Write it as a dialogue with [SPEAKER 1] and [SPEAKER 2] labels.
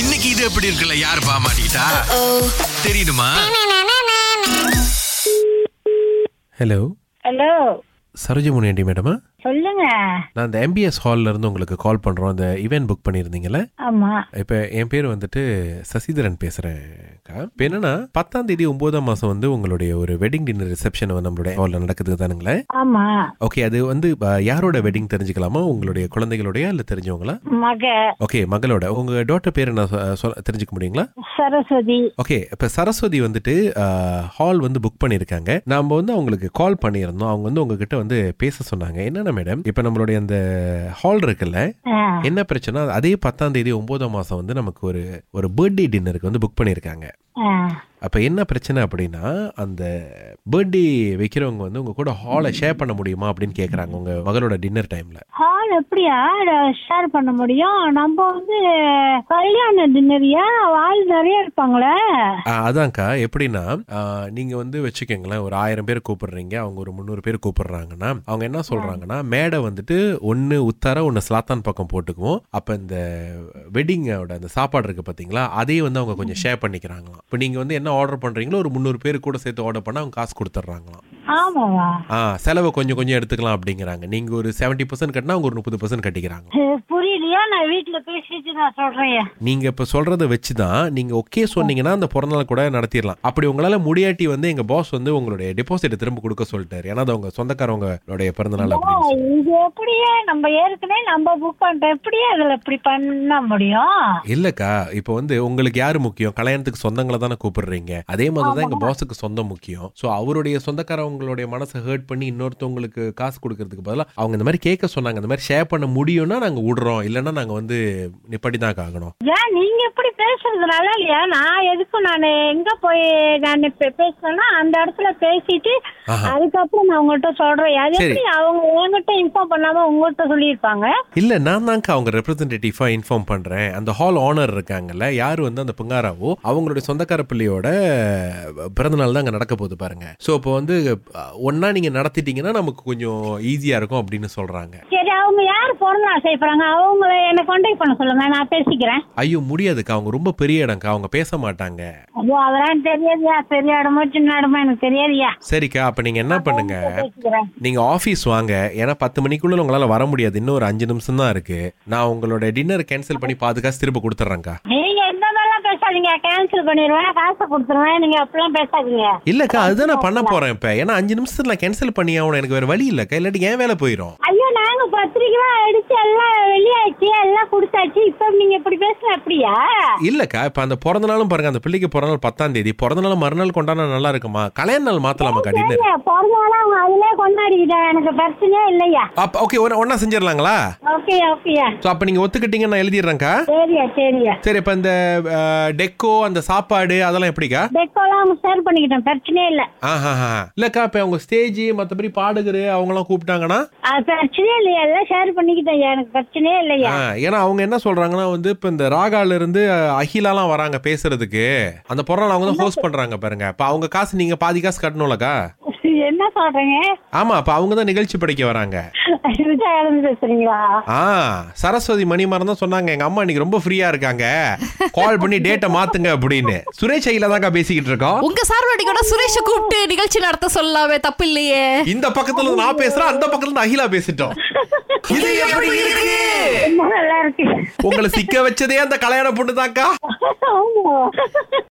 [SPEAKER 1] இன்னைக்கு இது எப்படி இருக்குல்ல யார் பாமாட்டா தெரியுமா
[SPEAKER 2] ஹலோ
[SPEAKER 3] ஹலோ
[SPEAKER 2] சரோஜமுனியாண்டி மேடமா
[SPEAKER 3] சொல்லுங்க
[SPEAKER 2] நான் இந்த எம்பிஎஸ் ஹால்ல இருந்து உங்களுக்கு கால் பண்றோம் அந்த ஈவென்ட் புக் பண்ணியிருந்தீங்கல்ல
[SPEAKER 3] ஆமா
[SPEAKER 2] இப்போ என் பேர் வந்துட்டு சசிதரன் பேசுகிறேன்க்கா இப்போ என்னன்னா பத்தாம் தேதி ஒன்பதாம் மாதம் வந்து உங்களுடைய ஒரு வெட்டிங் டின்னர் ரிசப்ஷன் நம்மளுடைய ஹாலில் நடக்குது தானுங்களே
[SPEAKER 3] ஆமா
[SPEAKER 2] ஓகே அது வந்து ஆ, யாரோட வெட்டிங் தெரிஞ்சுக்கலாமா உங்களுடைய குழந்தைகளுடைய இல்லை தெரிஞ்சவங்களா
[SPEAKER 3] மக
[SPEAKER 2] ஓகே மகளோட உங்கள் டாட்டர் பேர் என்ன சொ- சொல்ல தெரிஞ்சுக்க முடியுங்களா
[SPEAKER 3] சரஸ்வதி
[SPEAKER 2] ஓகே இப்போ சரஸ்வதி வந்துட்டு ஹால் வந்து புக் பண்ணியிருக்காங்க நாம் வந்து அவங்களுக்கு கால் பண்ணியிருந்தோம் அவங்க வந்து உங்ககிட்ட வந்து பேச சொன்னாங்க என்னென்ன மேடம் இப்போ நம்மளுடைய அந்த ஹால் இருக்குல்ல
[SPEAKER 3] ஆ,
[SPEAKER 2] என்ன பிரச்சனை அதே பத்தாம் தேதி ஒன்பதாம் மாசம் வந்து நமக்கு ஒரு ஒரு பர்த்டே டின்னருக்கு வந்து புக் பண்ணியிருக்காங்க
[SPEAKER 3] ஆ,
[SPEAKER 2] அப்ப என்ன பிரச்சனை அப்படின்னா அந்த பர்த்டே வைக்கிறவங்க வந்து உங்க கூட ஹாலை ஷேர் பண்ண முடியுமா அப்படின்னு கேக்குறாங்க உங்க மகளோட டின்னர் டைம்ல
[SPEAKER 3] ஹால் எப்படியா ஷேர் பண்ண முடியும் நம்ம வந்து கல்யாண டின்னரியா ஆள் நிறைய இருப்பாங்களே
[SPEAKER 2] ஆஹ் அதான்க்கா எப்படின்னா ஆஹ் நீங்க வந்து வச்சுக்கோங்களேன் ஒரு ஆயிரம் பேர் கூப்பிடுறீங்க அவங்க ஒரு முந்நூறு பேர் கூப்பிடுறாங்கன்னா அவங்க என்ன சொல்றாங்கன்னா மேடை வந்துட்டு ஒன்னு உத்தர ஒன்னு ஸ்லாத்தான் பக்கம் போட்டுக்குவோம் அப்ப இந்த வெட்டிங்கோட அந்த சாப்பாடு இருக்கு பாத்தீங்களா அதையும் வந்து அவங்க கொஞ்சம் ஷேர் பண்ணிக்கிறாங்களாம் இப்போ நீங்க வந்து என்ன ஆர்டர் பண்றீங்களோ ஒரு முந்நூறு பேர் கூட சேர்த்து ஆர்டர் பண்ணா அவங்க காசு கொடுத்துட்றாங்களாம்
[SPEAKER 3] ஆமாவா
[SPEAKER 2] ஆ செலவை கொஞ்சம் கொஞ்சம் எடுத்துக்கலாம் அப்படிங்கிறாங்க நீங்க ஒரு செவன்ட்டி பர்சன்ட் கட்டினா அவங்க ஒரு முப்பது பர்சன்ட் கட்டிக்கிறாங்க
[SPEAKER 3] ஏ, புரியலையா நான் வீட்டுல பேசிட்டு நான் சொல்றேன்
[SPEAKER 2] நீங்க இப்ப சொல்றத வச்சு தான் நீங்க ஓகே சொன்னீங்கன்னா அந்த பிறந்தநாள் கூட நடத்திடலாம் அப்படி உங்களால முடியாட்டி வந்து எங்க பாஸ் வந்து உங்களுடைய டெபாசிட் திரும்ப கொடுக்க சொல்லிட்டாரு ஏன்னா அது அவங்க சொந்தக்காரவங்களுடைய பிறந்தநாள் அப்படின்னு சொல்லி.
[SPEAKER 3] இது எப்படியே நம்ம ஏற்கனவே நம்ம புக் பண்றோம் எப்படியே இதுல இப்படி பண்ண முடியும்
[SPEAKER 2] இல்லக்கா இப்போ வந்து உங்களுக்கு யாரு முக்கியம் கல்யாணத்துக்கு சொந்தங்களை தானே கூப்பிடுறீங்க அதே மாதிரி தான் எங்க பாஸுக்கு சொந்தம் முக்கியம் ஸோ அவருடைய சொந்தக்காரவங்களுடைய மனசை ஹர்ட் பண்ணி இன்னொருத்தவங்களுக்கு காசு கொடுக்கறதுக்கு பதிலாக அவங்க இந்த மாதிரி கேட்க சொன்னாங்க இந்த மாதிரி ஷேர் பண்ண முடியும்னா நாங்க விடுறோம் இல்லைன்னா நாங்க வந்து நிப்படி தான் ஆகணும்
[SPEAKER 3] ஏன் நீங்க இப்படி பேசுறது நல்லா இல்லையா நான் எதுக்கும் நான் எங்க போய் நான் இப்ப பேசுனேன்னா அந்த இடத்துல பேசிட்டு
[SPEAKER 2] ஆஹா.
[SPEAKER 3] அதுக்கப்புறம் நான் உங்கள்கிட்ட சொல்றேன் அது
[SPEAKER 2] சரி.
[SPEAKER 3] எப்படி அவங்க என்கிட்ட இன்ஃபார்ம் பண்ணாம உங்கள்கிட்ட சொல்லியிருப்பாங்க
[SPEAKER 2] இல்ல நான் தாங்க அவங்க ரெப்ரசன்டேட்டிவா இன்ஃபார்ம் பண்றேன் அந்த ஹால் ஓனர் இருக்காங்கல்ல யார் வந்து அந்த புங்காராவோ அவங்களுடைய சொந்தக்கார பிள்ளையோட பிறந்தநாள் தான் அங்க நடக்க போகுது பாருங்க சோ இப்போ வந்து அஹ், ஒண்ணா நீங்க நடத்திட்டீங்கன்னா நமக்கு கொஞ்சம் ஈஸியா இருக்கும் அப்படின்னு சொல்றாங்க
[SPEAKER 3] சரி அவங்க யார் பிறந்தா செய்யப்படுறாங்க அவங்கள என்ன கான்டாக்ட் பண்ண சொல்லுங்க நான் பேசிக்கிறேன்
[SPEAKER 2] ஐயோ முடியாதுக்கா அவங்க ரொம்ப பெரிய இடம்க்கா அவங்க பேச மாட்டாங்க
[SPEAKER 3] ஐயோ அவரான்னு தெரியாதுயா பெரிய இடமோ சின்ன இடமோ எனக்கு தெரியாதுயா
[SPEAKER 2] சரிக்கா அப்ப நீங்க என்ன பண்ணுங்க
[SPEAKER 3] பேசிக்கிறேன்
[SPEAKER 2] நீங்க ஆபீஸ் வாங்க ஏன்னா பத்து மணிக்குள்ள உங்களால வர முடியாது இன்னும் ஒரு அஞ்சு நிமிஷம் தான் இருக்கு நான் உங்களோட டின்னர் கேன்சல் பண்ணி பாதுகாசு திரும்ப கொடுத்துட்றேங்க்கா
[SPEAKER 3] நீங்க இந்த மாதிரிலாம் பேசாதீங்க கேன்சல் பண்ணிடுவேன் காசை கொடுத்துருவேன் நீங்க அப்படிலாம் பேசாதீங்க
[SPEAKER 2] இல்லக்கா அதுதான் நான் பண்ண போறேன் இப்ப ஏன்னா அஞ்சு நிமிஷத்துல நான் கேன்சல் பண்ணி ஆகணும் எனக்கு வேற வழி இல்லக்கா இல்லாட்டி என் வேலை போயிடும்
[SPEAKER 3] ஐயோ நாங்க பத்திரிக்கை அடிச்சு எல்லாம் வெளியாச்சு எல்லாம் கொடுத்தாச்சு இப்ப நீங்க இப்படி பேசுன அப்படியா
[SPEAKER 2] இல்லக்கா இப்ப அந்த பிறந்த நாளும் பாருங்க அந்த பிள்ளைக்கு பிறந்த நாள் பத்தாம் தேதி பிறந்த நாள் மறுநாள் கொண்டாட நல்லா இருக்குமா கல்யாண நாள் மாத்தலாமாக்கா டின்னர்
[SPEAKER 3] பிறந்தவனா அவங்க அதுல கொண்டாடிக்கிட்டா எனக்கு பிரச்சனையே இல்லையா
[SPEAKER 2] அப்ப ஓகே ஒன்னா செஞ்சிடலாங்களா
[SPEAKER 3] ஓகே ஓகேயா
[SPEAKER 2] சோ அப்ப நீங்க ஒத்துக்கிட்டீங்க நான் எழுதிடுறேன்க்கா
[SPEAKER 3] சரியா சரியா
[SPEAKER 2] சரி இப்ப இந்த டெக்கோ அந்த சாப்பாடு அதெல்லாம் எப்படிக்கா
[SPEAKER 3] டெக்கோலாம் அவங்க ஷேர் பண்ணிக்கிட்டேன் பிரச்சனையே இல்ல
[SPEAKER 2] ஆஹா இல்லக்கா இப்ப அவங்க ஸ்டேஜ் மத்தபடி பாடுகிற அவங்க எல்லாம் கூப்பிட்டாங்கன்னா
[SPEAKER 3] அது பிரச்சனையே இல்லையா எல்லாம் ஷேர் பண்ணிக்கிட்டேன் எனக்கு பிரச்சனையே இல்லையா
[SPEAKER 2] ஆ, ஏன்னா அவங்க என்ன சொல்றாங்கன்னா வந்து இப்ப இந்த ராகால இருந்து அஹ், அகிலாலாம் வராங்க பேசுறதுக்கு அந்த பொருள் அவங்க தான் ஹோஸ்ட் பண்றாங்க பாருங்க அப்ப அவங்க காசு நீங்க பாதி காசு கட்டணும்லக்கா
[SPEAKER 3] என்ன சொல்றீங்க
[SPEAKER 2] ஆமா அப்ப அவங்க தான் நிகழ்ச்சி படைக்க வராங்க
[SPEAKER 3] ரிஜா இழந்து பேசுறீங்களா
[SPEAKER 2] ஆ சரஸ்வதி மணிமாறன் தான் சொன்னாங்க எங்க அம்மா இன்னைக்கு ரொம்ப ஃப்ரீயா இருக்காங்க கால் பண்ணி டேட்டை மாத்துங்க அப்படின்னு சுரேஷ் ஐயில தான்க்கா பேசிக்கிட்டு இருக்கோம்
[SPEAKER 4] உங்க சார்பாடி கூட சுரேஷ கூப்பிட்டு நிகழ்ச்சி நடத்த சொல்லலாமே தப்பு இல்லையே
[SPEAKER 2] இந்த பக்கத்துல இருந்து நான் பேசுறேன் அந்த பக்கத்துல இருந்து அகிலா பேசிட்டோம் இது எப்படி இருக்கு
[SPEAKER 3] ரொம்ப நல்லா இருக்கு
[SPEAKER 2] உங்களை சிக்க வச்சதே அந்த கல்யாண பொண்ணு தான்க்கா
[SPEAKER 3] ஆமா